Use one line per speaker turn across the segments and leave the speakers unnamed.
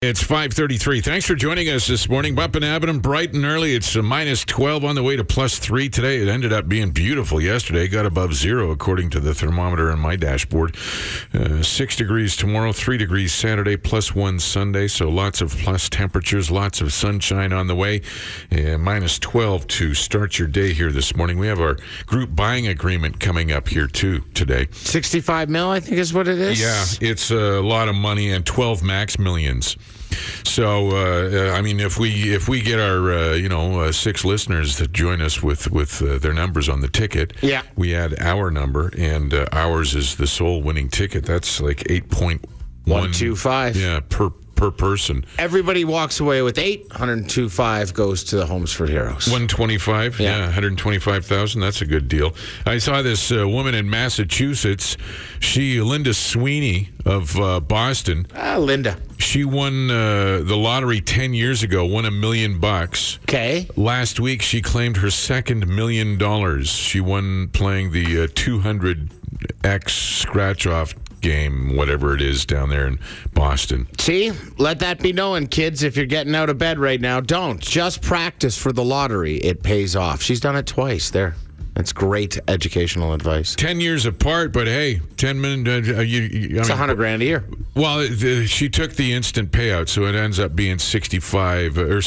It's 5:33. Thanks for joining us this morning. Up and Abington, bright and early. It's a minus 12 on the way to plus three today. It ended up being beautiful yesterday. Got above zero according to the thermometer on my dashboard. Uh, six degrees tomorrow, three degrees Saturday, plus one Sunday. So lots of plus temperatures, lots of sunshine on the way. Uh, minus 12 to start your day here this morning. We have our group buying agreement coming up here too today.
65 mil, I think is what it is.
Yeah, it's a lot of money and 12 max millions. So uh, uh, I mean, if we if we get our uh, you know uh, six listeners to join us with with uh, their numbers on the ticket,
Yeah.
we add our number and uh, ours is the sole winning ticket. That's like eight point one
125.
Yeah, per per person,
Everybody walks away with eight. 102.5 goes to the Homes for Heroes.
one twenty five. Yeah,
Yeah.
one hundred twenty five thousand. That's a good deal. I saw this uh, woman in Massachusetts. She Linda Sweeney of uh, Boston.
Ah, Linda.
She won uh, the lottery 10 years ago, won a million bucks.
Okay.
Last week, she claimed her second million dollars. She won playing the uh, 200X scratch off game, whatever it is, down there in Boston.
See, let that be known, kids. If you're getting out of bed right now, don't. Just practice for the lottery. It pays off. She's done it twice. There. That's great educational advice.
10 years apart, but hey, 10 minutes. Uh, you, you, I
It's a
mean,
100 grand a year.
Well, the, she took the instant payout, so it ends up being 65 or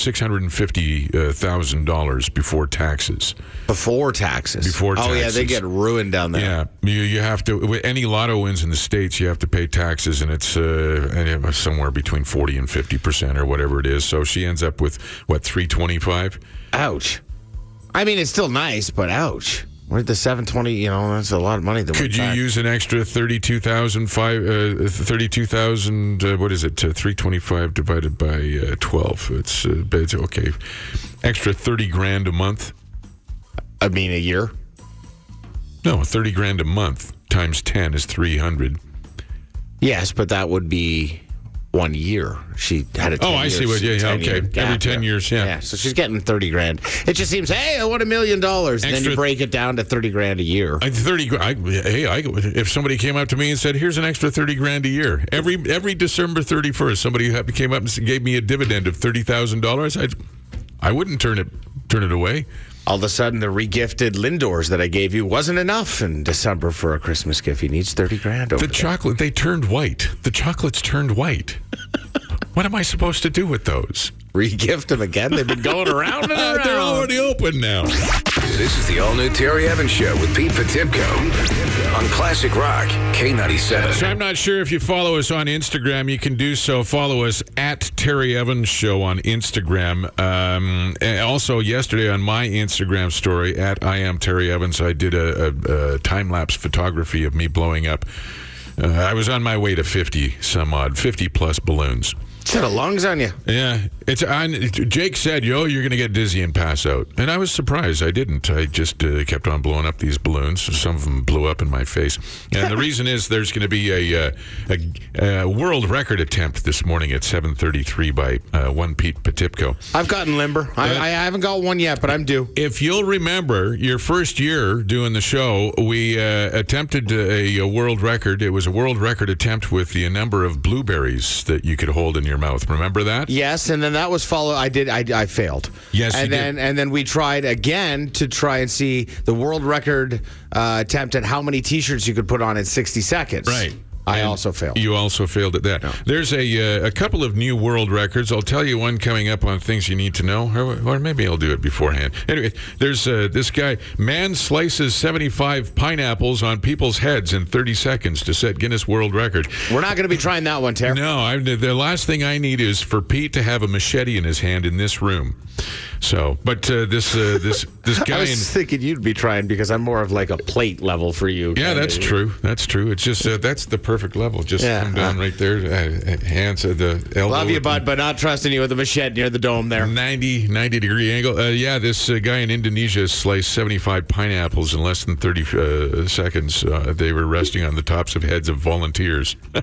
$650,000 uh, before taxes.
Before taxes.
Before
Oh, yeah, they
taxes.
get ruined down there.
Yeah, you, you have to. With any lotto wins in the states, you have to pay taxes, and it's uh, and it was somewhere between forty and fifty percent, or whatever it is. So she ends up with what three twenty five.
Ouch. I mean, it's still nice, but ouch. Where'd the 720, you know, that's a lot of money. That
Could
went
you
back.
use an extra thirty two thousand five? Uh, thirty two thousand. Uh, what is it? Uh, three twenty five divided by uh, twelve. It's, uh, it's okay. Extra thirty grand a month.
I mean, a year?
No, thirty grand a month times ten is three hundred.
Yes, but that would be one year. She had a. 10
Oh, I see
years-
what- yeah, yeah,
10
okay.
year
Every
gap
10
there.
years, yeah.
Yeah, so she's getting thirty grand. It just seems, hey, I want a million dollars, and then
Extra-
you break it down to thirty grand a year.
I, thirty. gr- I, hey, I, if somebody came up to me and said, "Here's an extra thirty grand a year," every every December thirty first, somebody ha- came up and s- gave me a dividend of thirty thousand dollars. I, I wouldn't turn it turn it away.
All of a sudden, the regifted Lindors that I gave you wasn't enough in December for a Christmas gift. He needs thirty grand. Over
The
there.
chocolate they turned white. The chocolates turned white. what am I supposed to do with those?
regift them again. They've been going
Oh,
around and around.
They're already open now.
This is the all new Terry Evans Show with Pete Petipko on Classic Rock K97.
So I'm not sure if you follow us on Instagram. You can do so. Follow us at Terry Evans Show on Instagram. Um, and also, yesterday on my Instagram story at I am Terry Evans, I did a, a, a time lapse photography of me blowing up. Uh, I was on my way to 50 some odd, 50 plus balloons.
Set of lungs on you.
Yeah, it's on. Jake said, "Yo, you're gonna get dizzy and pass out," and I was surprised. I didn't. I just uh, kept on blowing up these balloons. Some of them blew up in my face, and the reason is there's gonna be a, uh, a, a world record attempt this morning at 7:33 by uh, one Pete Petipko.
I've gotten limber. I, I, I haven't got one yet, but I'm due.
If you'll remember, your first year doing the show, we uh, attempted a, a world record. It was a world record attempt with the number of blueberries that you could hold in your mouth. Remember that?
Yes, and then that was followed. I did. I, I failed.
Yes,
and
you did.
then and then we tried again to try and see the world record uh, attempt at how many T-shirts you could put on in sixty seconds.
Right.
I
And
also failed.
You also failed at that. There's a uh, a couple of new world records. I'll tell you one coming up on things you need to know, or, or maybe I'll do it beforehand. Anyway, there's uh, this guy. Man slices 75 pineapples on people's heads in 30 seconds to set Guinness World Record.
We're not going to be trying that one, Terry.
No, I, the last thing I need is for Pete to have a machete in his hand in this room. So, but uh, this uh, this this
I
guy
was
in
thinking you'd be trying because I'm more of like a plate level for you.
Yeah,
kinda.
that's true. That's true. It's just uh, that's the perfect level. Just
Yeah.
come down right there, uh, uh, hands at the elbow.
Love you, bud, but not trusting you with a machete near the dome there.
90, 90 degree angle. Uh, yeah, this uh, guy in Indonesia sliced 75 pineapples in less than 30 uh, seconds. Uh, they were resting on the tops of heads of volunteers.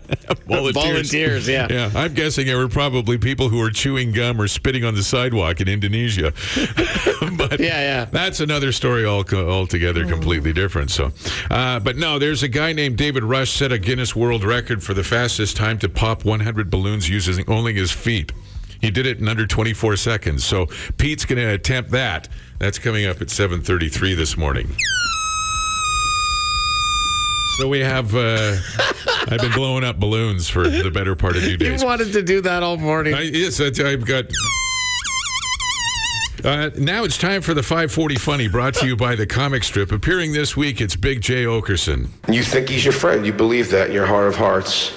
Volunteers, yeah.
Yeah, I'm guessing there were probably people who were chewing gum or spitting on the sidewalk in Indonesia. but
Yeah, yeah.
that's another story all, altogether completely different. So, uh, but no, there's a guy named David Rush set a Guinness world record for the fastest time to pop 100 balloons using only his feet. He did it in under 24 seconds. So Pete's going to attempt that. That's coming up at 7:33 this morning. So we have. Uh, I've been blowing up balloons for the better part of two
You
days.
wanted to do that all morning.
I, Uh, yes, I, I've got. Uh, now it's time for the 540 Funny, brought to you by the comic strip. Appearing this week, it's Big J. Okerson.
You think he's your friend. You believe that in your heart of hearts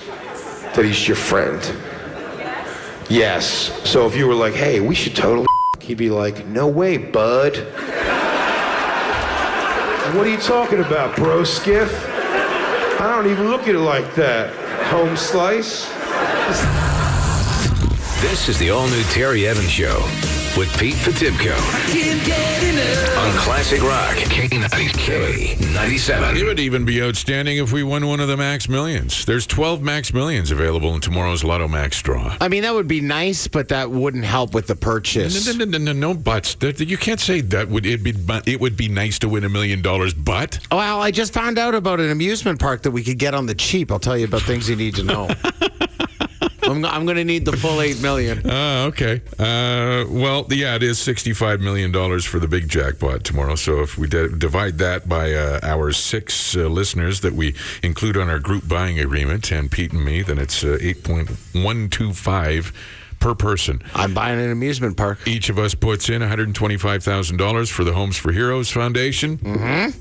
that he's your friend. Yes. So if you were like, hey, we should totally, he'd be like, no way, bud. what are you talking about, bro, Skiff? I don't even look at it like that. Home slice?
This is the all new Terry Evans Show with Pete Petibko on Classic Rock
It
K97.
would even be outstanding if we won one of the Max Millions. There's 12 Max Millions available in tomorrow's Lotto Max draw.
I mean, that would be nice, but that wouldn't help with the purchase.
No, no, no, no, no buts. That- You can't say that would it be. but It would be nice to win a million dollars, but
Well, I just found out about an amusement park that we could get on the cheap. I'll tell you about things you need to know. I'm, I'm going to need the full eight million.
Uh, okay. Uh, well, yeah, it is $65 million for the big jackpot tomorrow. So if we di- divide that by uh, our six uh, listeners that we include on our group buying agreement, and Pete and me, then it's uh, 8.125 per person.
I'm buying an amusement park.
Each of us puts in $125,000 for the Homes for Heroes Foundation.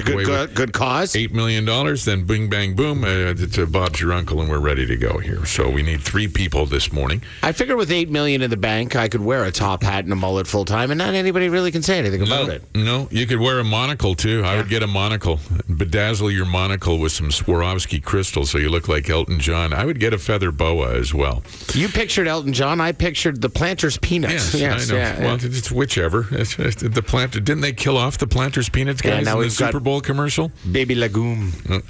Walk
a good
away
good,
with-
good cause.
$8 million, then bing, bang, boom, uh, it's, uh, Bob's your uncle, and we're ready to go here. So we need three people this morning.
I figure with eight million in the bank, I could wear a top hat and a mullet full time, and not anybody really can say anything about
no,
it.
No, you could wear a monocle too. I would get a monocle, bedazzle your monocle with some Swarovski crystals so you look like Elton John. I would get a feather boa as well.
You pictured Elton John. I pictured the Planters Peanuts.
Yes, I know.
yeah,
well,
yeah.
it's whichever. It's, it's the planter. Didn't they kill off the Planters Peanuts
Yeah,
guys
now
in the
we've got-
Super Bowl commercial?
Baby Lagoon.
Uh,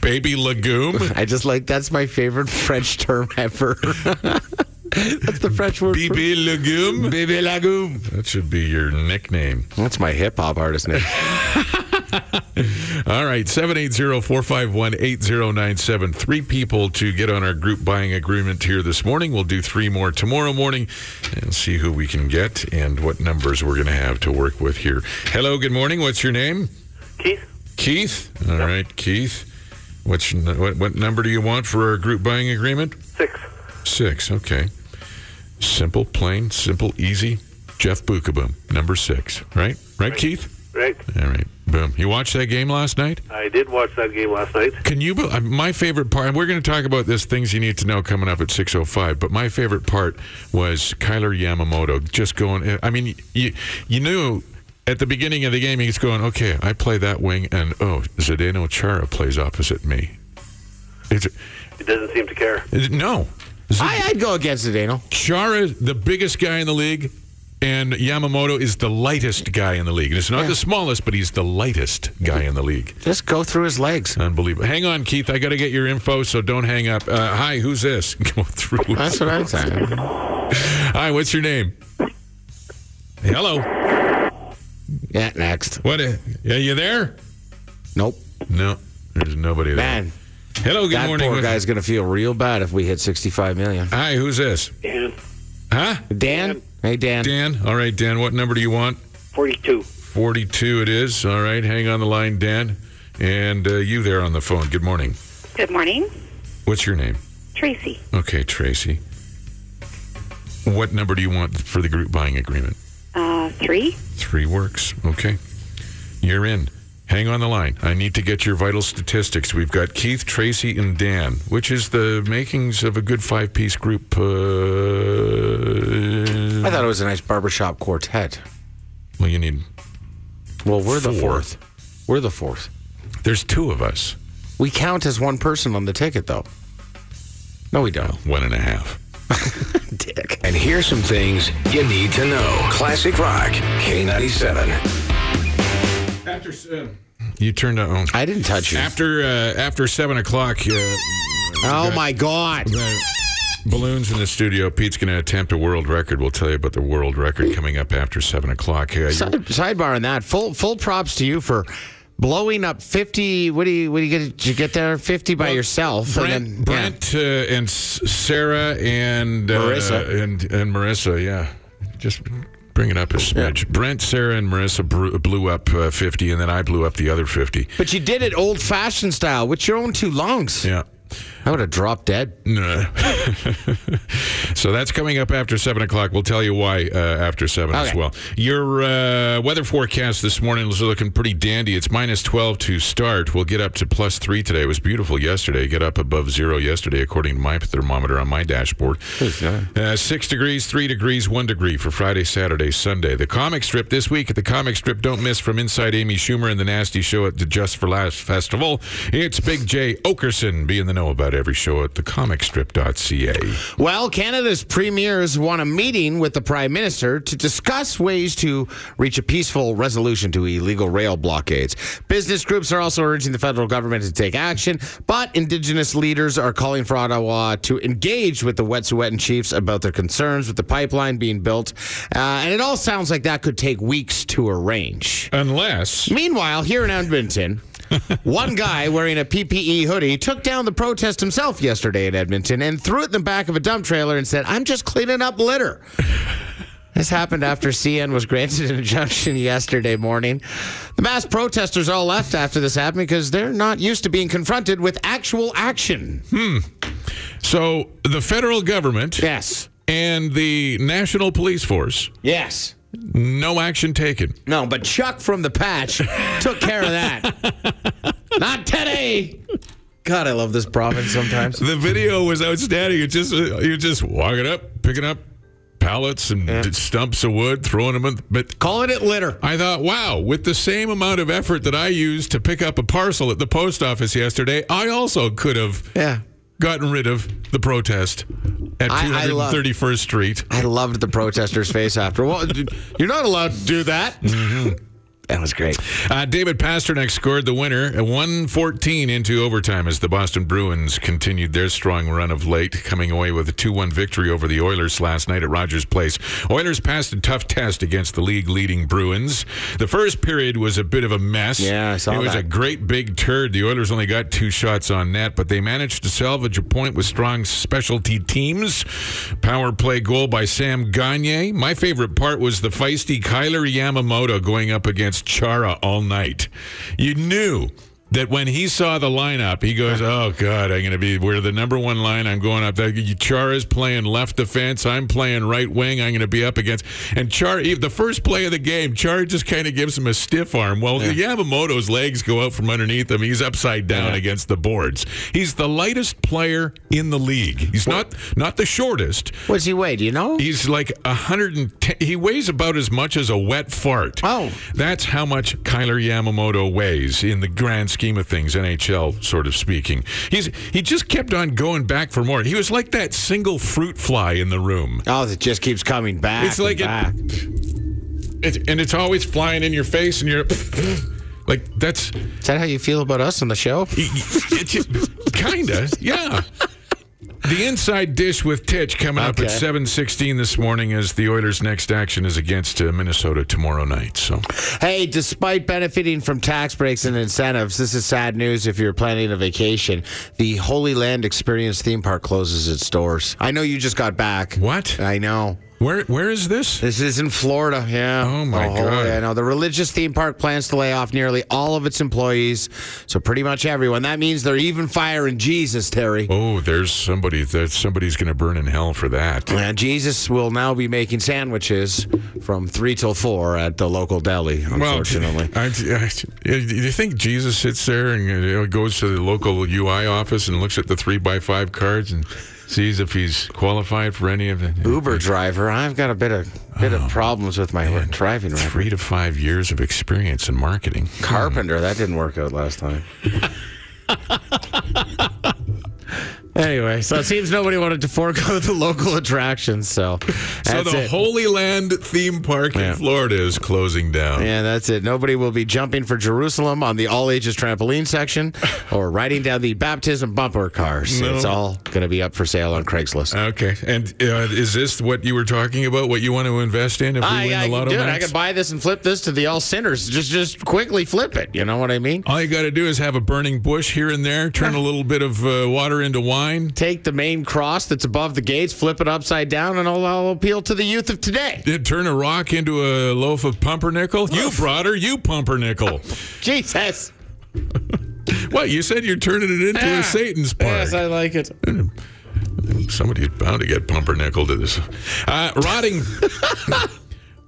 Baby legume,
I just like that's my favorite French term ever. that's the French word. for-
BB legume.
Baby Lagoon.
That should be your nickname.
That's my hip hop artist name.
All right, 780-451-8097. Three people to get on our group buying agreement here this morning. We'll do three more tomorrow morning and see who we can get and what numbers we're going to have to work with here. Hello, good morning. What's your name?
Keith,
Keith. All right, Keith. What's, what, what number do you want for our group buying agreement?
six.
Six, okay. Simple, plain, simple, easy. Jeff Bookaboom, number six. Right? Right, Keith?
Right.
All right, boom. You watched that game last night?
I did watch that game last night.
Can you? be- uh, My favorite part. and We're going to talk about this things you need to know coming up at six oh five. But my favorite part was Kyler Yamamoto just going. I mean, you you knew at the beginning of the game he's going. Okay, I play that wing, and oh, Zdeno Chara plays opposite me. It's
He doesn't seem to care.
it- no. Z-
I, I'd go against it, Daniel.
Chara, the biggest guy in the league, and Yamamoto is the lightest guy in the league. And it's not the smallest, but he's the lightest guy in the league.
Just go through his legs.
Unbelievable. Hang on, Keith. I got to get your info, so don't hang up. Uh, hi, who's this? Go through.
That's what I'm saying.
Hi, what's your name? Hello.
Yeah, next.
What? uh, Are you there?
Nope.
No, there's nobody there.
Man,
Hello. Good
that
morning.
poor
What-
guy's going to feel real bad if we hit 65 million.
Hi, who's this?
And
Huh?
Dan? Hey, Dan.
Dan. All right, Dan. What number do you want?
42.
Forty-two. It is. All right. Hang on the line, Dan. And uh, you there on the phone. Good morning.
Good morning,
What's your name?
Tracy.
Okay, Tracy. What number do you want for the group buying agreement?
Uh, three.
Three works. Okay. You're in. Hang on the line. I need to get your vital statistics. We've got Keith, Tracy, and Dan, which is the makings of a good five piece group. Uh,
I thought it was a nice barbershop quartet.
well, you need.
Well, we're the
Fourth.
fourth. We're the fourth.
There's two of us.
We count as one person on the ticket, though. No, we don't.
One and a half.
Dick.
And here's some things you need to know. Classic Rock K97.
After. you oh, turned on.
I didn't touch you.
After uh, after seven o'clock, uh,
Oh, my God.
the balloons in the studio. Pete's going to attempt a world record. We'll tell you about the world record coming up after seven o'clock. Uh,
Side, sidebar on that. Full full props to you for blowing up 50. What do you, what do you get? Did you get there 50 by yourself?
Brent,
and then, yeah.
Brent uh, and S- Sarah and uh,
Marissa.
and and Marissa, yeah, just bring it up a smidge. Brent, Sarah, and Marissa bru- blew up uh, fifty, and then I blew up the other fifty.
But you did it old fashioned style with your own two lungs.
Yeah.
I would have dropped dead.
No. so that's coming up after seven o'clock. We'll tell you why uh, after seven as
Okay.
well. Your uh, weather forecast this morning is looking pretty dandy. It's minus twelve to start. We'll get up to plus three today. It was beautiful yesterday. Get up above zero yesterday, according to my thermometer on my dashboard. Uh, six degrees, three degrees, one degree for Friday, Saturday, Sunday. The comic strip this week at the comic strip. Don't miss from inside Amy Schumer and the Nasty Show at the Just for Last Festival. It's Big J Okerson. Be in the know about every show at thecomicstrip.ca.
Well, Canada's premiers want a meeting with the prime minister to discuss ways to reach a peaceful resolution to illegal rail blockades. Business groups are also urging the federal government to take action, but Indigenous leaders are calling for Ottawa to engage with the Wet'suwet'en chiefs about their concerns with the pipeline being built. Uh, and it all sounds like that could take weeks to arrange.
Unless
Meanwhile, here in Edmonton, one guy wearing a PPE hoodie took down the protest himself yesterday in Edmonton and threw it in the back of a dump trailer and said, I'm just cleaning up litter. This happened after CN was granted an injunction yesterday morning. The mass protesters all left after this happened because they're not used to being confronted with actual action.
so the federal government
Yes.
and the National Police Force,
Yes.
no action taken.
No, but Chuck from the patch took care of that. not today. God, I love this province sometimes.
The video was outstanding. It's just you're just walking up, picking up pallets and stumps of wood, throwing them. In, but
Calling it litter.
I thought, wow, with the same amount of effort that I used to pick up a parcel at the post office yesterday, I also could have
Yeah.
gotten rid of the protest at
I- I love-
231st Street.
I loved the protester's face after. Well, d- you're not allowed to do that. Mm-hmm. That was great.
Uh, David Pasternak scored the winner at 114 into overtime as the Boston Bruins continued their strong run of late, coming away with a 2 1 victory over the Oilers last night at Rogers Place. Oilers passed a tough test against the league leading Bruins. The first period was a bit of a mess.
Yeah, I saw
It was
that.
a great big turd. The Oilers only got two shots on net, but they managed to salvage a point with strong specialty teams. Power play goal by Sam Gagne. My favorite part was the feisty Kyler Yamamoto going up against Chara all night. You knew. That when he saw the lineup, he goes, "Oh God, I'm going to be we're the number one line. I'm going up there. Chara's playing left defense. I'm playing right wing. I'm going to be up against." And Char, e, the first play of the game, Char just kind of gives him a stiff arm. Well, Yamamoto's legs go out from underneath him. He's upside down against the boards. He's the lightest player in the league. He's not not the shortest.
What's he weigh? Do you know?
He's like 110. He weighs about as much as a wet fart.
Oh.
That's how much Kyler Yamamoto weighs in the grand scheme of things, NHL sort of speaking. He's He just kept on going back for more. He was like that single fruit fly in the room.
Oh, it just keeps coming back.
It's like
and back.
It's, and it's always flying in your face, and you're like, that's
Is that how you feel about us on the show?
it's just, kinda, yeah. The inside dish with Titch coming up at
Okay.
seven sixteen this morning as the Oilers' next action is against uh, Minnesota tomorrow night. So
Hey, despite benefiting from tax breaks and incentives, this is sad news if you're planning a vacation. The Holy Land Experience theme park closes its doors. I know you just got back.
What?
I know.
where where is this?
This is in Florida, yeah.
Oh, my God.
I know. The religious theme park plans to lay off nearly all of its employees, so pretty much everyone. That means they're even firing Jesus, Terry.
Oh, there's somebody that somebody's going to burn in hell for that.
And Jesus will now be making sandwiches from 3 till 4 at the local deli, unfortunately.
I, I, do you think Jesus sits there and you know, goes to the local UI office and looks at the three by five cards and sees if he's qualified for any of the
Uber driver, I've got a bit of bit
Oh,
of problems with my driving record.
three to five years of experience in marketing? Hmm.
Carpenter, that didn't work out last time. Anyway, so it seems nobody wanted to forego the local attractions. So,
So
that's
the
it.
Holy Land theme park
Yeah.
in Florida is closing down.
Yeah, that's it. Nobody will be jumping for Jerusalem on the all ages trampoline section or riding down the baptism bumper cars.
No.
It's all going to be up for sale on Craigslist.
Okay. And uh, is this what you were talking about? What you want to invest in if we win
I, I,
the lotto
dude, I
Max?
could buy this and flip this to the all sinners. Just just quickly flip it. You know what I mean?
All you got to do is have a burning bush here and there, turn a little bit of uh, water into wine.
Take the main cross that's above the gates, flip it upside down, and I'll, I'll appeal to the youth of today.
Did turn a rock into a loaf of pumpernickel? You brought her, you pumpernickel.
Jesus.
what? You said you're turning it into
Ah.
a Satan's park.
Yes, I like it.
Somebody's bound to get pumpernickel to this. Uh, rotting.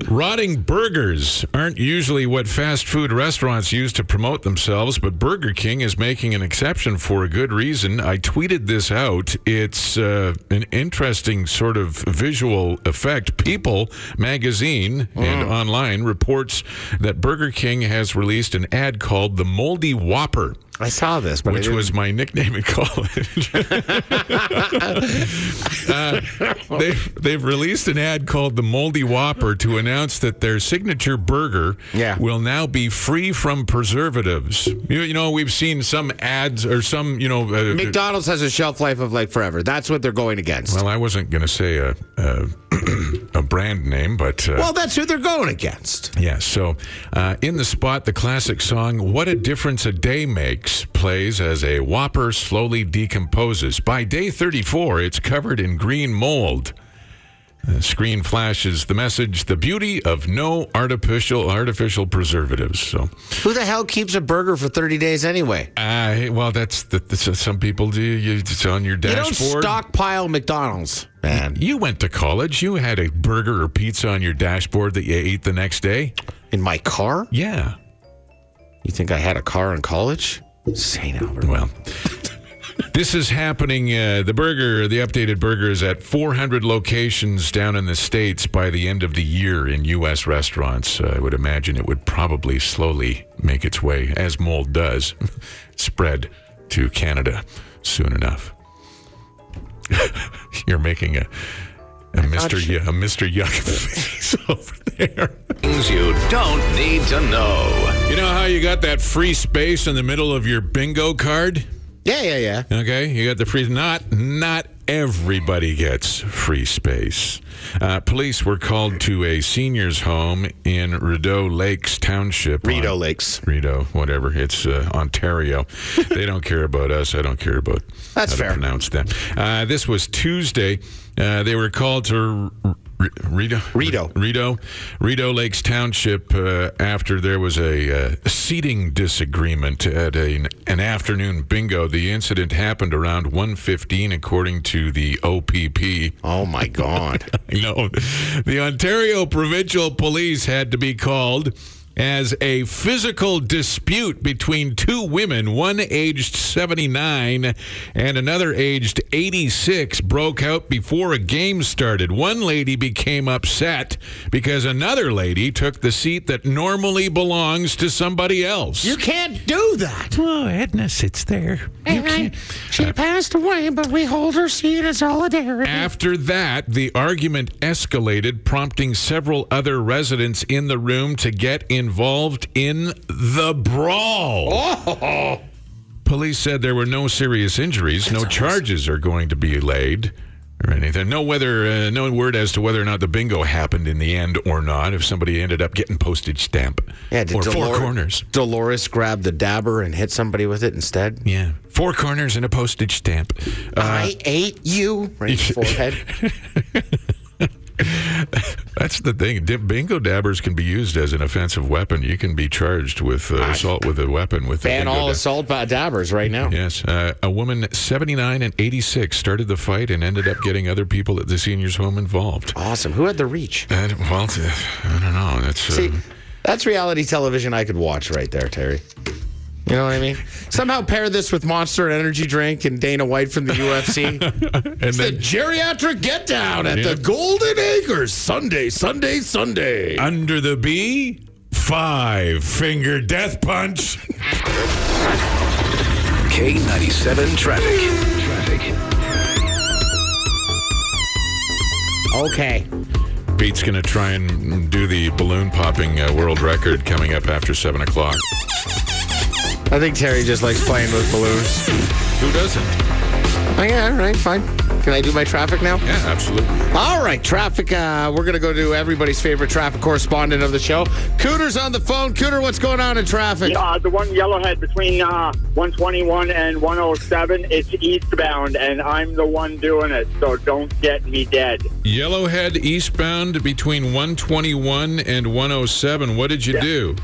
Rotting burgers aren't usually what fast food restaurants use to promote themselves, but Burger King is making an exception for a good reason. I tweeted this out. It's uh, an interesting sort of visual effect. People magazine and online reports that Burger King has released an ad called the Moldy Whopper
I saw this, but I
which
didn't-
was my nickname in college. Uh, they've, they've released an ad called the Moldy Whopper to announce that their signature burger
Yeah.
will now be free from preservatives. You, you know, we've seen some ads or some, you know. Uh,
McDonald's has a shelf life of like forever. That's what they're going against. Well,
well, I wasn't going to say a, a, a brand name, but. Uh,
that's who they're going against.
Yeah, so uh, in the spot, the classic song What a Difference a Day Makes plays as a whopper slowly decomposes. By day 34, it's covered in green mold. The screen flashes the message The beauty of no artificial artificial preservatives. So,
Who the hell keeps a burger for 30 days anyway?
uh, well, that's the, that's- some people do. You, it's on your
You
dashboard.
don't stockpile McDonald's, man.
You went to college. You had a burger or pizza on your dashboard that you ate the next day.
In my car?
Yeah.
You think I had a car in college? St. Albert.
Well, this is happening. Uh, the burger, the updated burger, is at 400 locations down in the States by the end of the year in U.S. restaurants. Uh, I would imagine it would probably slowly make its way, as mold does, spread to Canada soon enough. You're making a. A Mr.
she-
Yu- a Mr. Yuck face over there.
Things you don't need to know.
You know how you got that free space in the middle of your bingo card?
Yeah, yeah, yeah.
Okay, you got the free. Not not everybody gets free space. Uh, police were called to a seniors' home in Rideau Lakes Township. on-
Rito Lakes.
Rideau, whatever. It's uh, Ontario. they don't care about us. I don't care about
That's
how
fair.
to pronounce that. Uh, this was Tuesday. Uh, they were called to R- R- Rideau,
Rideau.
Rideau, Rideau Lakes Township uh, after there was a uh, seating disagreement at a, an afternoon bingo. The incident happened around 1.15, according to the OPP.
Oh my God.
No, the Ontario Provincial Police had to be called as a physical dispute between two women, one aged 79 and another aged 86, broke out before a game started. One lady became upset because another lady took the seat that normally belongs to somebody else.
you can't do that.
oh, Edna sits there.
She passed away, but we hold her seat as solidarity.
After that, the argument escalated, prompting several other residents in the room to get involved in the brawl. Police said there were no serious injuries, no charges are going to be laid. Or anything. No whether, uh, no word as to whether or not the bingo happened in the end or not. If somebody ended up getting postage stamp
Yeah, did
or four
Dolores-
corners,
Dolores grabbed the dabber and hit somebody with it instead.
yeah, four corners and a postage stamp. Uh,
I ate you. Right in the forehead.
That's the thing. Di- Bingo dabbers can be used as an offensive weapon. You can be charged with uh, assault with a weapon with
Ban
a bingo
all
dab-
assault by dabbers right now.
Yes, uh, a woman 79 and 86 started the fight and ended up getting other people at the seniors' home involved.
Awesome. Who had the reach?
And, well, t- I don't know. That's uh,
See, that's reality television I could watch right there, Terry. You know what I mean? Somehow pair this with Monster Energy Drink and Dana White from the UFC.
and
the
then
geriatric get down at
Yeah.
the Golden Acres Sunday, Sunday, Sunday.
under the B, five finger death punch.
K97 traffic. Traffic.
Okay.
Pete's going to try and do the balloon popping uh, world record coming up after 7 o'clock.
I think Terry just likes playing with balloons.
Who doesn't?
Oh, yeah, all right, fine. Can I do my traffic now?
Yeah, absolutely.
All right, traffic. Uh, we're going to go to everybody's favorite traffic correspondent of the show. Cooter's on the phone. Cooter, what's going on in traffic?
Uh, the one yellowhead between uh, 121 and 107, it's eastbound, and I'm the one doing it, so don't get me dead.
Yellowhead eastbound between 121 and 107. What did you do?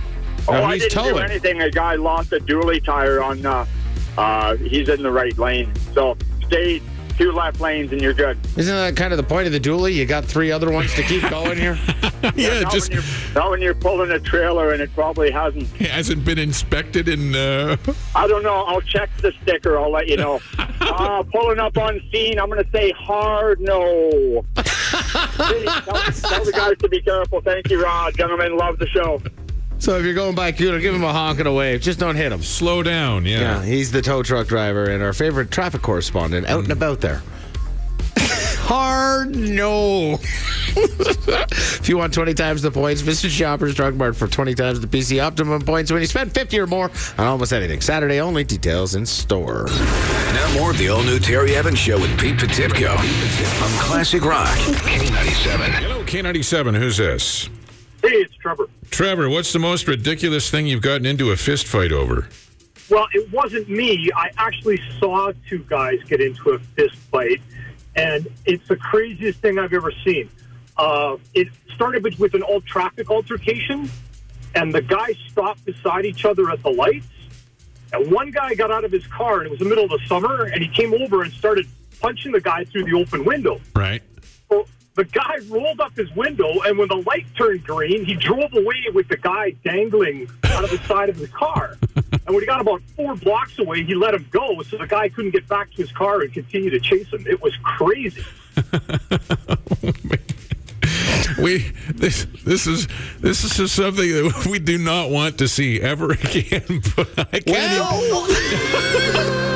oh, I
he's
didn't do
towing.
anything. A guy lost a dually tire on, uh, uh, he's in the right lane. So stay two left lanes and you're good.
Isn't that kind of the point of the dually? You got three other ones to keep going here?
yeah, it
not,
just
when you're, not when you're pulling a trailer and it probably hasn't.
hasn't been inspected in. Uh...
I don't know. I'll check the sticker. I'll let you know. uh, pulling up on scene, I'm going to say hard no. Please, tell, tell the guys to be careful. Thank you, Rod. Gentlemen, love the show.
so if you're going by Cooter, give him a honk and a wave. Just don't hit him.
Slow down,
Yeah,
yeah.
he's the tow truck driver and our favorite traffic correspondent out and about there. Mm-hmm. Hard no. if you want 20 times the points, visit Shoppers Drug Mart for 20 times the PC Optimum points when you spend 50 or more on almost anything. Saturday only, details in store.
Now more of the all-new Terry Evans Show with Pete Petipko on Classic Rock K97.
Hello, K97. Who's this?
Hey, it's Trevor.
Trevor, what's the most ridiculous thing you've gotten into a fist fight over?
Well, it wasn't me. I actually saw two guys get into a fist fight, and it's the craziest thing I've ever seen. Uh, it started with, with an old traffic altercation, and the guys stopped beside each other at the lights. And one guy got out of his car, and it was the middle of the summer, and he came over and started punching the guy through the open window.
Right.
Well, the guy rolled up his window, and when the light turned green, he drove away with the guy dangling out of the side of his car. And when he got about four blocks away, he let him go, so the guy couldn't get back to his car and continue to chase him. It was crazy.
We this this is this is just something that we do not want to see ever again. But I can't even-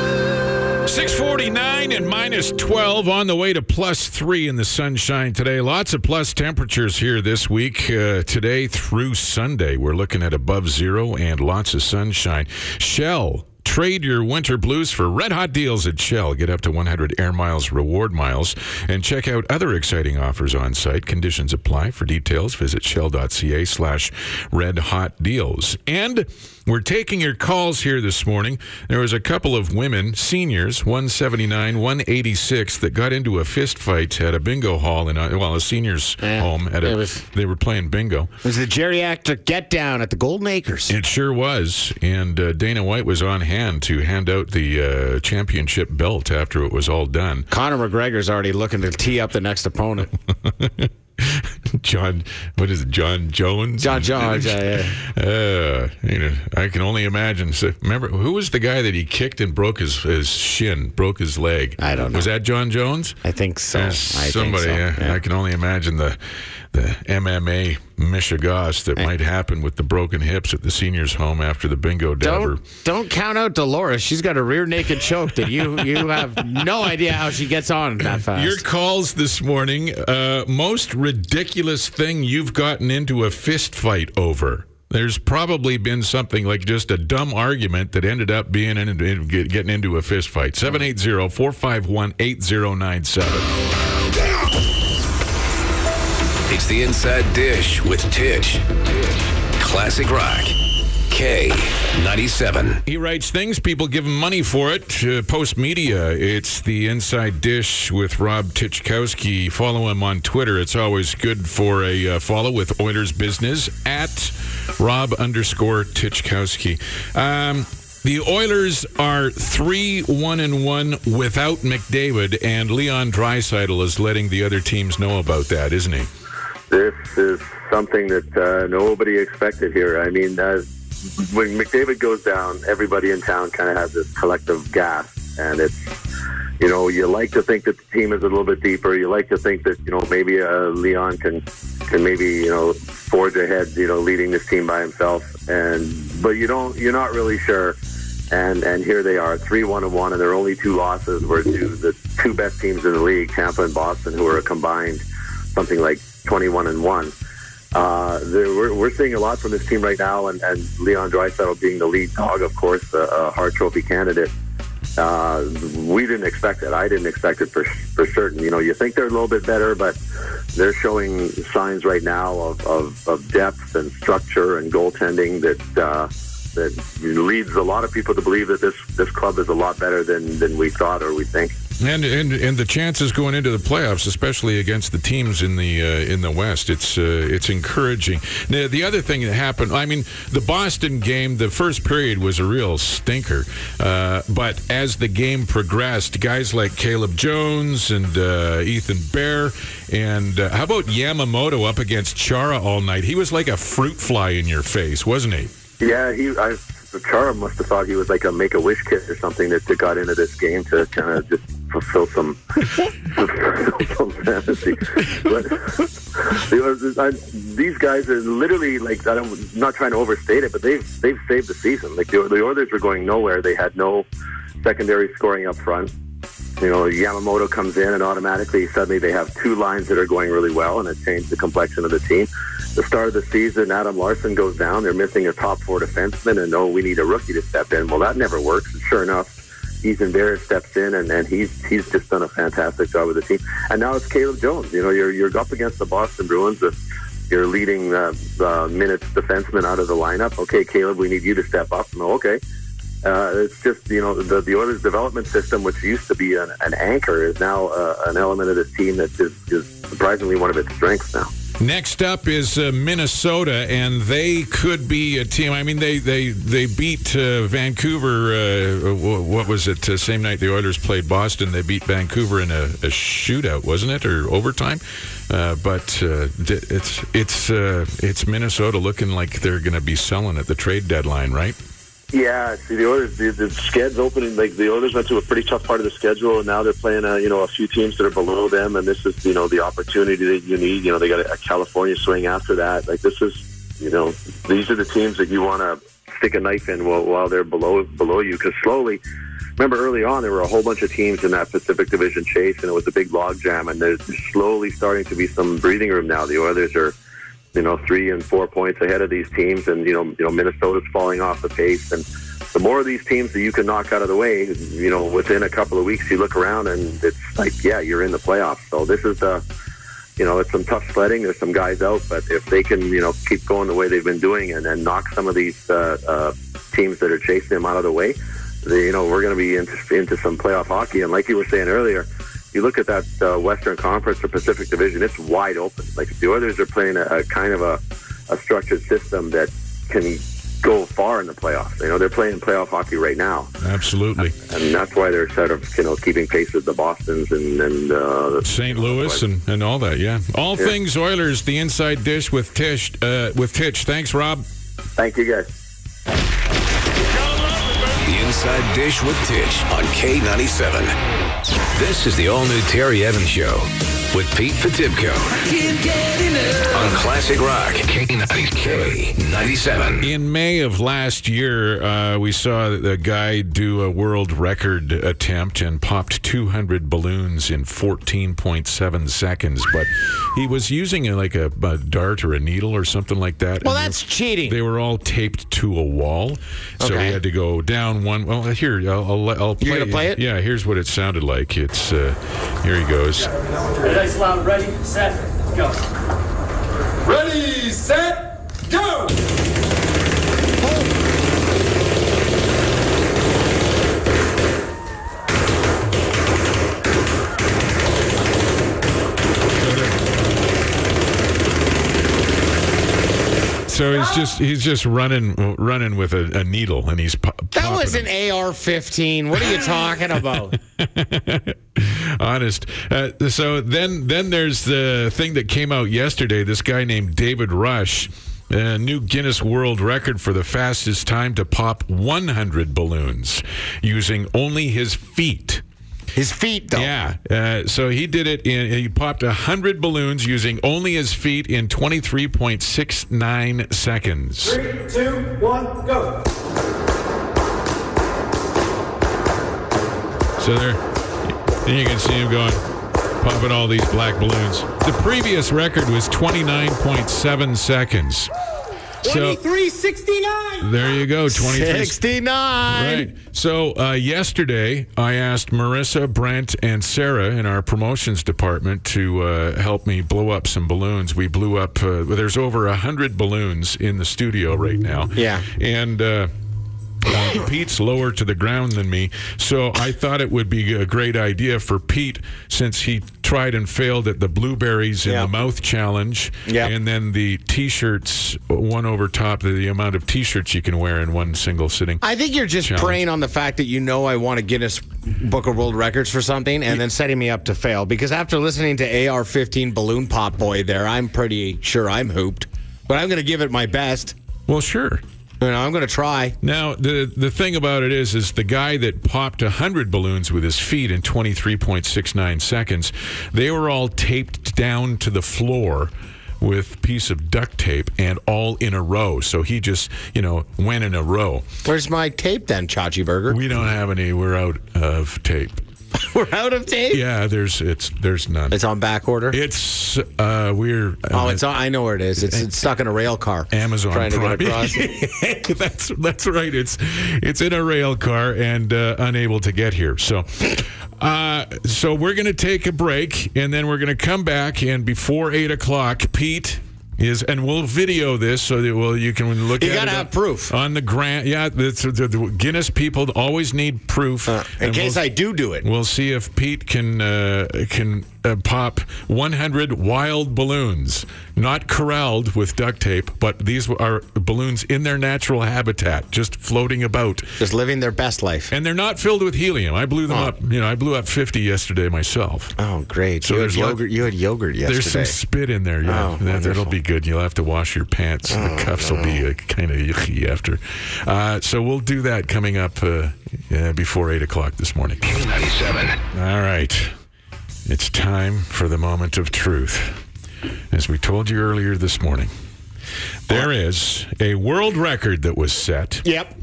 649 and minus 12 on the way to plus 3 in the sunshine today. Lots of plus temperatures here this week. Uh, today through Sunday, we're looking at above zero and lots of sunshine. Shell. Trade your winter blues for red hot deals at Shell. Get up to 100 air miles reward miles and check out other exciting offers on site. Conditions apply. For details, visit shell.ca slash red hot deals. And we're taking your calls here this morning. There was a couple of women, seniors, 179, 186, that got into a fist fight at a bingo hall in, a, well, a seniors
Yeah,
home. At
it
a,
was-
they were playing bingo.
It was the geriatric get down at the Golden Acres.
It sure was. And uh, Dana White was on hand to hand out the uh, championship belt after it was all done.
Conor McGregor's already looking to tee up the next opponent.
John, what is it, John Jones?
John Jones, yeah,
Uh, you know, I can only imagine. So, remember, who was the guy that he kicked and broke his, his shin, broke his leg?
I don't know.
Was that John Jones?
I think so.
There's
I think
somebody,
so,
yeah.
yeah.
I can only imagine the the MMA mishigas that might happen with the broken hips at the seniors' home after the bingo dabber.
Don't don't count out Dolores. She's got a rear naked choke that you you have no idea how she gets on that fast.
Your calls this morning. Uh, most ridiculous thing you've gotten into a fist fight over. There's probably been something like just a dumb argument that ended up being in, in- get- getting into a fist fight. 780 451 8097.
It's the Inside Dish with Titch. Classic Rock K97.
He writes things, people give him money for it. Uh, Post media, it's the inside dish with Rob Tichkowski. Follow him on Twitter. It's always good for a uh, follow with Oilers Business at Rob underscore Tichkowski. Um, the Oilers are three one and one without McDavid, and Leon Dreisidel is letting the other teams know about that, isn't he?
this is something that uh, nobody expected here. I mean, uh, when McDavid goes down, everybody in town kind of has this collective gasp, and it's you know you like to think that the team is a little bit deeper. You like to think that you know maybe uh, Leon can can maybe you know forge ahead, you know, leading this team by himself, and but you don't you're not really sure. And and here they are, three one and one, and their only two losses were to the two best teams in the league, Tampa and Boston, who are a combined something like 21 and 1. Uh, there, we're, we're seeing a lot from this team right now, and, and Leon Dreisettle being the lead dog, of course, a, a Hart Trophy candidate. Uh, we didn't expect it. I didn't expect it for for certain. You know, you think they're a little bit better, but they're showing signs right now of, of, of depth and structure and goaltending that uh, that leads a lot of people to believe that this this club is a lot better than than we thought or we think.
And, and and the chances going into the playoffs, especially against the teams in the uh, in the West, it's uh, it's encouraging. Now, the other thing that happened, I mean, the Boston game, the first period was a real stinker, uh, but as the game progressed, guys like Caleb Jones and uh, Ethan Bear, and uh, how about Yamamoto up against Chara all night? He was like a fruit fly in your face, wasn't he?
Yeah, he. I, Chara must have thought he was like a make a wish kid or something that, that got into this game to kind of just fulfill some, fulfill some fantasy. But you know, I, these guys are literally like I don't, I'm not trying to overstate it, but they've they've saved the season. Like the, the Oilers were going nowhere. They had no secondary scoring up front. You know, Yamamoto comes in and automatically suddenly they have two lines that are going really well, and it changed the complexion of the team. The start of the season, Adam Larson goes down. They're missing a top four defenseman, and oh, we need a rookie to step in. Well, that never works. And sure enough, Ethan Bear steps in, and, and he's he's just done a fantastic job with the team. And now it's Caleb Jones. You know, you're you're up against the Boston Bruins. The, your leading uh, uh, minutes defenseman out of the lineup. Okay, Caleb, we need you to step up. No, okay. Uh, it's just you know the the Oilers development system, which used to be an, an anchor, is now uh, an element of this team that is, is surprisingly one of its strengths now.
Next up is uh, Minnesota, and they could be a team. I mean, they they they beat uh, Vancouver. Uh, wh- what was it? Uh, same night the Oilers played Boston, they beat Vancouver in a, a shootout, wasn't it, or overtime? Uh, but uh, d- it's it's uh, it's Minnesota looking like they're going to be selling at the trade deadline, right?
Yeah, see the Oilers. The, the sked's opening. Like the Oilers went through a pretty tough part of the schedule, and now they're playing a you know a few teams that are below them. And this is you know the opportunity that you need. You know they got a, a California swing after that. Like this is you know these are the teams that you want to stick a knife in while, while they're below below you because slowly. Remember early on there were a whole bunch of teams in that Pacific Division chase, and it was a big logjam. And there's slowly starting to be some breathing room now. The Oilers are you know three and four points ahead of these teams, and you know you know Minnesota's falling off the pace. And the more of these teams that you can knock out of the way, you know within a couple of weeks, you look around and it's like, yeah, you're in the playoffs. So this is the you know, it's some tough sledding. There's some guys out, but if they can, you know, keep going the way they've been doing and, and knock some of these uh, uh, teams that are chasing them out of the way, they, you know, we're going to be into, into some playoff hockey. And like you were saying earlier, you look at that uh, Western Conference or Pacific Division, it's wide open. Like the Oilers are playing a, a kind of a, a structured system that can go far in the playoffs. You know, they're playing playoff hockey right now.
Absolutely.
And that's why they're sort of, you know, keeping pace with the Bostons and, and uh,
St. Louis and, and all that, yeah. All things Oilers, the inside dish with Tish uh, with Titch. Thanks, Rob.
thank you guys.
The Inside Dish with Titch on K97. This is the all new Terry Evans Show with Pete Fatibko on Classic Rock K97.
In May of last year, uh, we saw a guy do a world record attempt and popped 200 balloons in 14.7 seconds, but he was using a, like a, a dart or a needle or something like that.
Well,
and
that's cheating.
They were all taped to a wall, so
Okay.
he had to go down one. Well, here I'll, I'll, I'll play.
You're gonna play it?
Yeah, here's what it sounded like. It's uh, here he goes.
Nice loud, ready, set, go. Ready, set, go!
So he's just he's just running running with a, a needle, and he's po-
That
popping
was an AR-15. What are you talking about?
honest. Uh, so then, then there's the thing that came out yesterday. This guy named David Rush, a new Guinness World Record for the fastest time to pop 100 balloons using only his feet.
His feet, though.
Yeah. Uh, so he did it in, he popped 100 balloons using only his feet in 23.69 seconds.
Three, two, one, go.
So there, and you can see him going. popping all these black balloons. The previous record was 29.7 seconds. So
2369.
there you go, 23
69.
Right. So uh, yesterday, I asked Marissa, Brent, and Sarah in our promotions department to uh, help me blow up some balloons. We blew up. Uh, there's over a hundred balloons in the studio right now.
Yeah.
and. Uh, uh, Pete's lower to the ground than me, so I thought it would be a great idea for Pete since he tried and failed at the blueberries in
Yeah.
the mouth challenge,
Yeah.
and then the t-shirts one over top the, the amount of t-shirts you can wear in one single sitting.
I think you're just
Challenge.
preying on the fact that you know I want a Guinness Book of World Records for something and then setting me up to fail. Because after listening to AR 15 Balloon Pop Boy there, I'm pretty sure I'm hooped. But I'm going to give it my best.
Well, sure.
You know, I'm going to try.
Now the the thing about it is is the guy that popped hundred balloons with his feet in twenty three point six nine seconds, they were all taped down to the floor with piece of duct tape and all in a row. So he just you know went in a row.
Where's my tape then, Chachi Burger?
We don't have any. We're out of tape.
We're out of tape.
Yeah, there's it's there's none.
It's on back order.
It's uh we're
oh, it's on, I know where it is. It's, it's stuck in a rail car.
Amazon
Trying
Prime.
to get across.
that's that's right. It's it's in a rail car and uh, unable to get here. So, uh, so we're going to take a break and then we're going to come back and before eight o'clock, Pete. Is, and we'll video this so that well you can look
You
at
gotta
it
have
on-
proof.
on the grant yeah that's, the, the Guinness people always need proof
Uh, in
And
case
we'll-
I do do it.
We'll see if Pete can uh, can uh, pop 100 wild balloons, not corralled with duct tape, but these are balloons in their natural habitat, just floating about,
Just living their best life.
and they're not filled with helium. I blew them up. You know, I blew up 50 yesterday myself.
Oh, great.
So
you, had
there's lo-
yogurt, you had yogurt yesterday.
There's some spit in there. Yeah,
Oh,
that, that'll
wonderful. Oh,
be good. You'll have to wash your pants. the cuffs will be uh, kind of yucky after. Uh, so we'll do that coming up uh, uh, before eight o'clock this morning.
K97.
All right. It's time for the moment of truth. As we told you earlier this morning, there is a world record that was set.
Yep.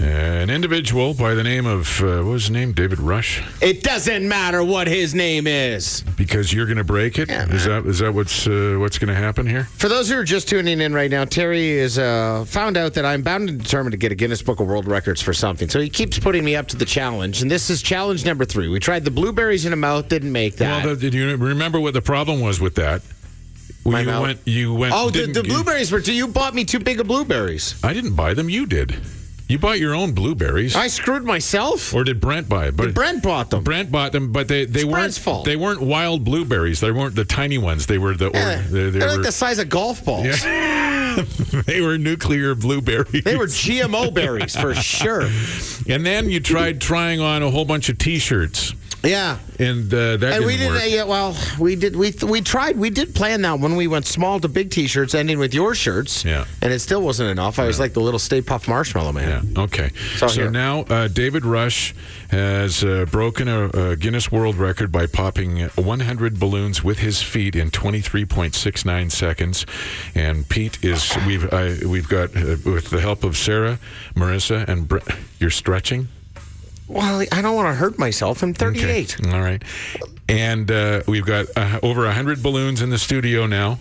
An individual by the name of, uh, what was his name? David Rush?
It doesn't matter what his name is.
Because you're going to break it? Is
Yeah,
that, is that what's, uh, what's going to happen here?
For those who are just tuning in right now, Terry is uh, found out that I'm bound and determined to get a Guinness Book of World Records for something. So he keeps putting me up to the challenge, and this is challenge number three. We tried the blueberries in a mouth, didn't make that.
Well, the, did you remember what the problem was with that?
My
you
mouth.
went, you went.
oh, the,
didn't-
the
you-
blueberries were too. You bought me too big of blueberries.
I didn't buy them. You did. You bought your own blueberries,
I screwed myself.
or did Brent buy it? But
Brent bought them.
Brent bought them, but they, they
It's
weren't
Brent's fault.
they weren't wild blueberries. They weren't the tiny ones. They were the or,
Yeah,
they,
Eh, they're
they were,
like the size of golf balls.
they were nuclear blueberries.
They were GMO berries for sure.
and then you tried trying on a whole bunch of T-shirts,
Yeah.
and uh, that
And
didn't
we didn't.
work.
Yeah, well, we did. We we tried. We did plan that when we went small to big T-shirts, ending with your shirts.
Yeah.
And it still wasn't enough. I was like the little Stay Puff Marshmallow Man.
Yeah. Okay. So
all here.
now uh, David Rush has uh, broken a, a Guinness World Record by popping 100 balloons with his feet in 23.69 seconds, and Pete is we've I, we've got uh, with the help of Sarah, Marissa, and Brett. You're stretching.
Well, I don't want to hurt myself. I'm 38.
Okay. All right. And uh, we've got uh, over 100 balloons in the studio now.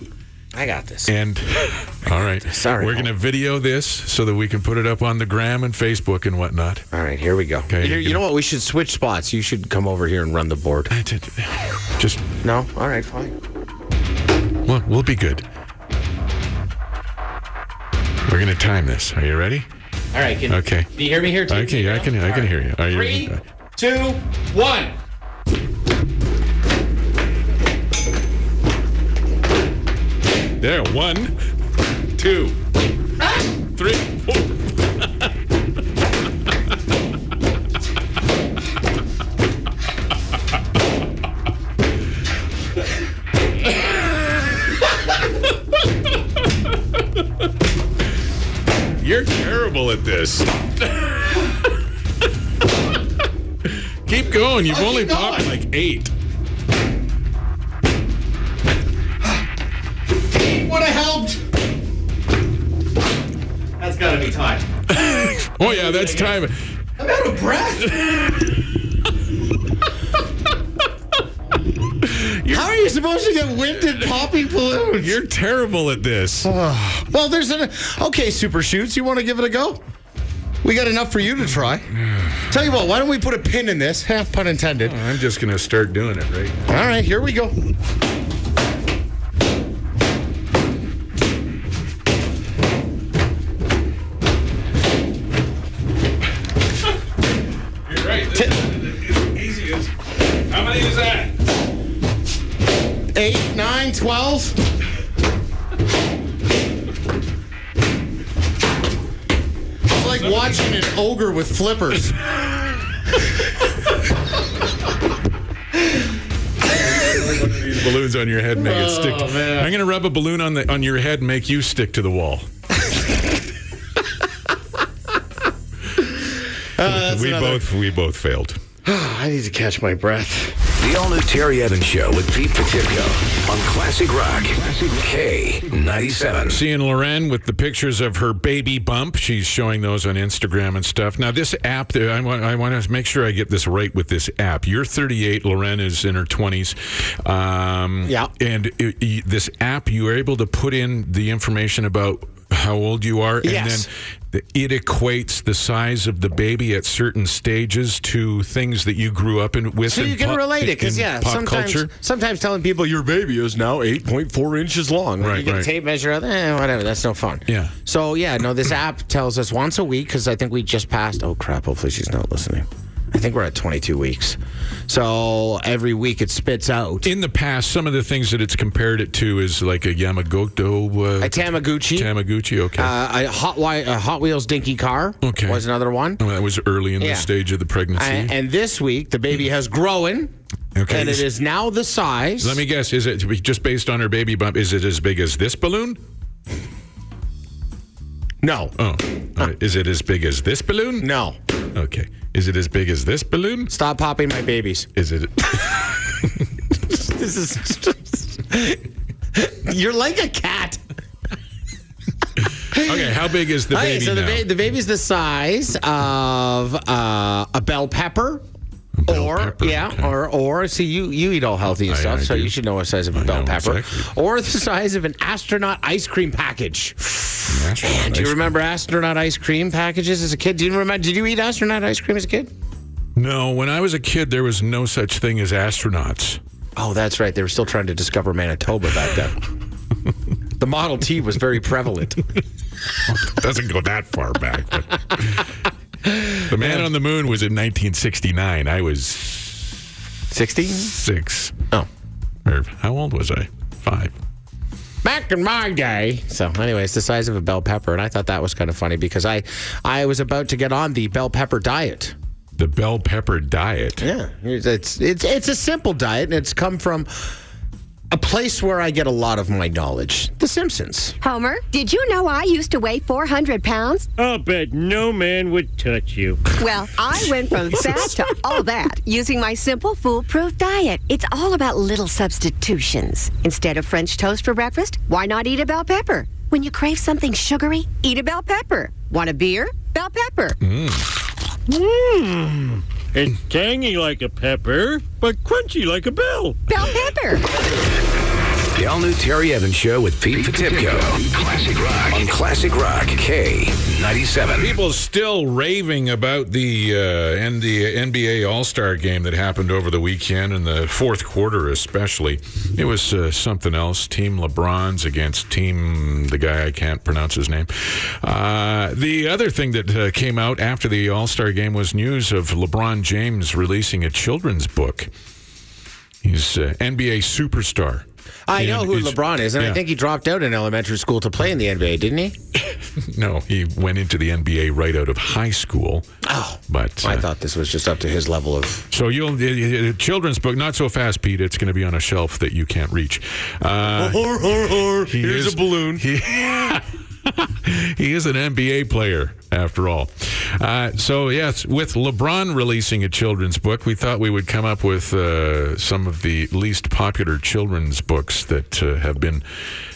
I got this.
And all right.
Sorry,
We're
Paul.
going to video this so that we can put it up on the gram and Facebook and whatnot.
All right, here we go.
Okay,
you,
you
you know
can-
what? We should switch spots. You should come over here and run the board.
Just,
No. All right, fine.
we'll, we'll be good. We're going to time this. Are you ready?
All right, can,
Okay.
do you hear me here? Too?
Okay, I can, I can hear you. Are you
Three, two, one.
There. One, two, three, four. You're terrible at this. keep going. You've only popped like eight.
Would have helped. That's got to be time.
Oh yeah, that's time.
I'm out of breath.
supposed to get wind and popping balloons.
You're terrible at this.
well, there's an okay, Super Shoots. You want to give it a go? We got enough for you to try. Tell you what, why don't we put a pin in this? Half pun intended.
I'm just going to start doing it, right?
All right, here we go.
You're right. This is easy as. How many is that?
Eight, nine, twelve. It's like watching an ogre with flippers.
These balloons on your head make it stick.
Oh, man.
I'm going to rub a balloon on the on your head and make you stick to the wall.
Uh, that's
we
another-
both we both failed.
I need to catch my breath.
The all new Terry Evans Show with Pete Petipko on Classic Rock K97.
Seeing Loren with the pictures of her baby bump. She's showing those on Instagram and stuff. Now, this app, that I want, I want to make sure I get this right with this app. You're 38. Loren is in her 20s. Um,
Yeah.
And it, y this app, you are able to put in the information about how old you are.
Yes.
And then it equates the size of the baby at certain stages to things that you grew up in with.
So
in
you can
pop-
relate it because
in
yeah,
pop
sometimes
culture.
sometimes telling people your baby is now eight point four inches long.
Right,
you get
right.
a tape measure of eh, whatever. That's no fun.
Yeah.
So yeah, no, this app tells us once a week because I think we just passed. Oh crap! Hopefully she's not listening. I think we're at twenty two weeks. So every week it spits out
In the past, some of the things that it's compared it to is like a Yamagoto. Uh,
a Tamaguchi.
Tamaguchi, okay.
uh, a Hot, Wi- a Hot Wheels dinky car
Okay.
was another one.
Oh, that was early in
Yeah.
the stage of the pregnancy.
And, and this week, the baby has grown,
Okay.
and it is now the size.
Let me guess, is it just based on her baby bump, is it as big as this balloon?
no,
Oh. All right. Is it as big as this balloon?
no,
Okay. Is it as big as this balloon?
stop popping my babies.
Is it
This is just. You're like a cat.
Okay, how big is the
Okay,
baby
so the,
now?
ba- the baby's the size of uh, a bell pepper. or
pepper,
yeah,
okay.
or or see you you eat all healthy and
I-
stuff,
I
so
do.
you should know the size of a
I
bell
know
pepper,
exactly.
or the size of an astronaut ice cream package.
Astronaut
Do you
ice-
remember astronaut ice cream packages as a kid? Do you remember? Did you eat astronaut ice cream as a kid?
No, when I was a kid there was no such thing as astronauts.
Oh, that's right. They were still trying to discover Manitoba back then. the Model T was very prevalent.
Doesn't go that far back. but- the man on the moon was in 1969. I was
Sixteen.
six.
Oh.
Or how old was I? Five.
back in my day. So, anyway, it's the size of a bell pepper, and I thought that was kind of funny because I, I was about to get on the bell pepper diet.
The bell pepper diet.
Yeah, it's it's it's a simple diet, and it's come from a place where I get a lot of my knowledge, The Simpsons.
Homer, did you know I used to weigh 400 pounds?
I'll bet no man would touch you.
Well, I went from fat to all that using my simple foolproof diet. It's all about little substitutions. Instead of French toast for breakfast, why not eat a bell pepper? When you crave something sugary, eat a bell pepper. Want a beer? Bell pepper.
Mmm. It's tangy like a pepper, but crunchy like a bell.
Bell pepper.
The all new Terry Evans Show with Pete Petipko. Classic Rock. On Classic Rock K97.
People still raving about the uh, N- the NBA All Star game that happened over the weekend in the fourth quarter, especially. It was uh, something else. Team LeBron's against Team the guy I can't pronounce his name. Uh, the other thing that uh, came out after the All Star game was news of LeBron James releasing a children's book. He's uh, NBA superstar.
I
And
know who
it's-
LeBron is, and I
yeah.
think he dropped out in elementary school to play in the NBA, didn't he?
No, he went into the NBA right out of high school.
Oh,
But
I
uh,
thought this was just up to his level of.
So you'll a children's book, not so fast, Pete. It's going to be on a shelf that you can't reach. Uh,
Here's
he is- He, he is an NBA player, after all. Uh, so, yes, with LeBron releasing a children's book, we thought we would come up with uh, some of the least popular children's books that uh, have been,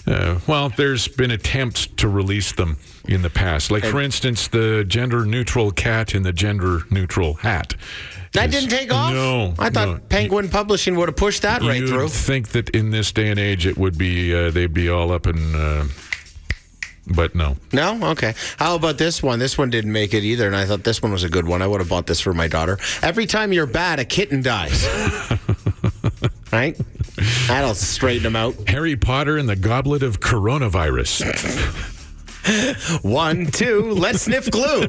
uh, well, there's been attempts to release them in the past. Like, for instance, the gender neutral cat in the gender neutral hat.
That
is-
didn't take off?
No.
I thought
no.
Penguin Publishing would have pushed that right
You'd
through.
think that in this day and age, it would be uh, they'd be all up and, uh, but no.
No? Okay. How about this one? This one didn't make it either, and I thought this one was a good one. I would have bought this for my daughter. Every time you're bad, a kitten dies. right? That'll straighten them out.
Harry Potter and the Goblet of Coronavirus.
One, two, let's sniff glue.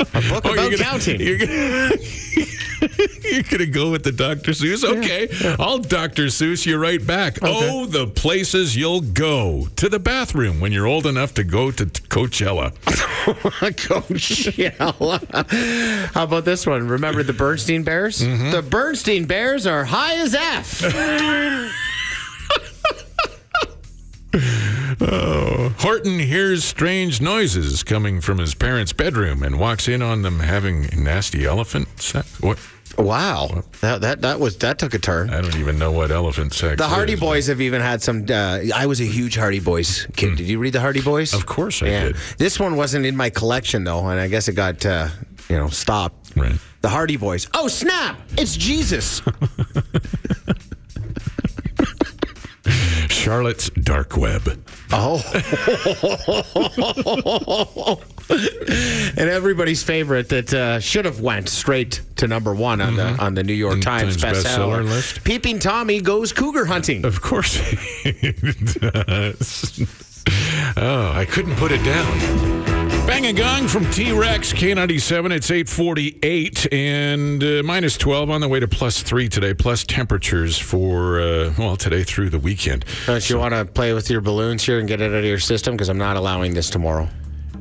A book
Oh, you're
about
gonna-
counting.
You're gonna, you're gonna go with the Dr. Seuss? Okay, I'll Dr. Seuss you right back. Oh, the places you'll go to the bathroom when you're old enough to go to t- Coachella.
Coachella. How oh, about this one? Remember the Bernstein Bears?
Mm-hmm.
The Bernstein Bears are high as F.
Oh. Horton hears strange noises coming from his parents' bedroom and walks in on them having nasty elephant sex. What?
Wow, that, that that was that took a turn.
I don't even know what elephant sex.
The Hardy
is.
Boys have even had some. Uh, I was a huge Hardy Boys kid. Did you read the Hardy Boys?
Hmm. Of course I did.
This one wasn't in my collection though, and I guess it got uh, you know stopped.
Right.
The Hardy Boys. Oh snap! It's Jesus.
Charlotte's dark web.
Oh. and everybody's favorite that uh, should have went straight to number one on the on the New York Times,
Mm-hmm. Times
bestseller,
bestseller list.
Peeping Tommy goes cougar hunting.
Of course. oh, I couldn't put it down. Bang a gong from T Rex K97. It's 848 and uh, minus 12 on the way to plus three today, plus temperatures for, uh, well, today through the weekend.
Don't you want to play with your balloons here and get it out of your system? Because I'm not allowing this tomorrow.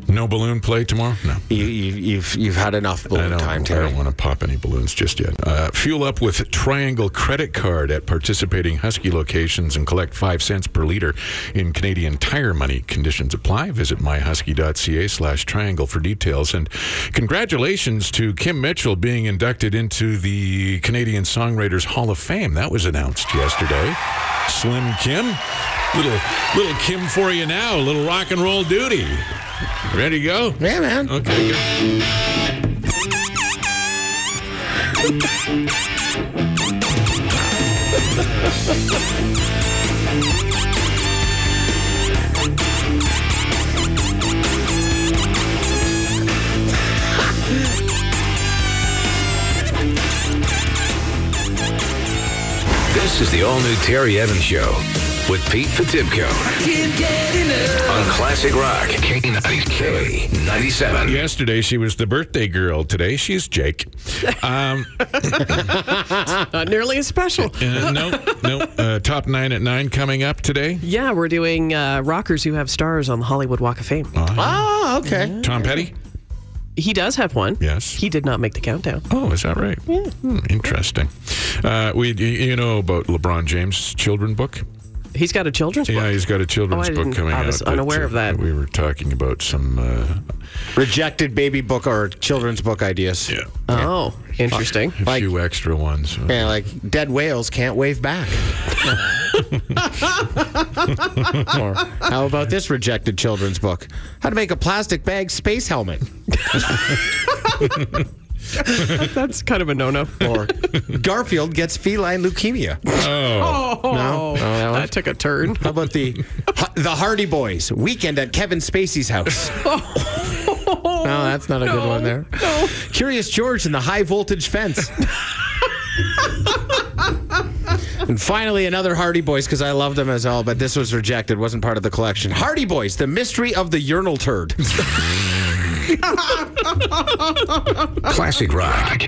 No balloon play tomorrow? No.
You, you, you've you've had enough
I
balloon
don't,
time,
I
Terry.
don't want to pop any balloons just yet. Uh, fuel up with Triangle Credit Card at participating Husky locations and collect five cents per liter in Canadian tire money. Conditions apply. Visit myhusky.ca slash triangle for details. And congratulations to Kim Mitchell being inducted into the Canadian Songwriters Hall of Fame. That was announced yesterday. Slim Kim. Little little Kim for you now. Little rock and roll duty. Ready to go?
Yeah, man.
Okay, good.
This is the all new Terry Evans Show with Pete Fatibko on Classic Rock K90, K97.
Yesterday she was the birthday girl. Today she's Jake. Um,
Not nearly as special.
uh, no, no. Uh, top nine at nine coming up today.
Yeah, we're doing uh, rockers who have stars on the Hollywood Walk of Fame.
Oh, okay.
Tom Petty.
He does have one.
Yes.
He did not make the countdown.
Oh, is that right? Yeah. interesting. Uh, we, you you know about LeBron James' children book?
He's got a children's
Yeah,
book.
he's got a children's
Oh, I
book
didn't-
coming out. uh,
I was unaware of that.
We were talking about some. Uh,
Rejected baby book or children's book ideas.
yeah.
Oh, interesting.
A few extra ones.
Yeah, like dead whales can't wave back. or how about this rejected children's book? How to make a plastic bag space helmet.
That's kind of a no-no.
Or Garfield gets feline leukemia.
Oh.
No? that one?
that took a turn.
How about the the Hardy Boys weekend at Kevin Spacey's house? no, that's not a good one there. Curious George and the high voltage fence. and finally, another Hardy Boys because I love them as well, but this was rejected, wasn't part of the collection. Hardy Boys: The Mystery of the Urinal Turd.
Classic Rock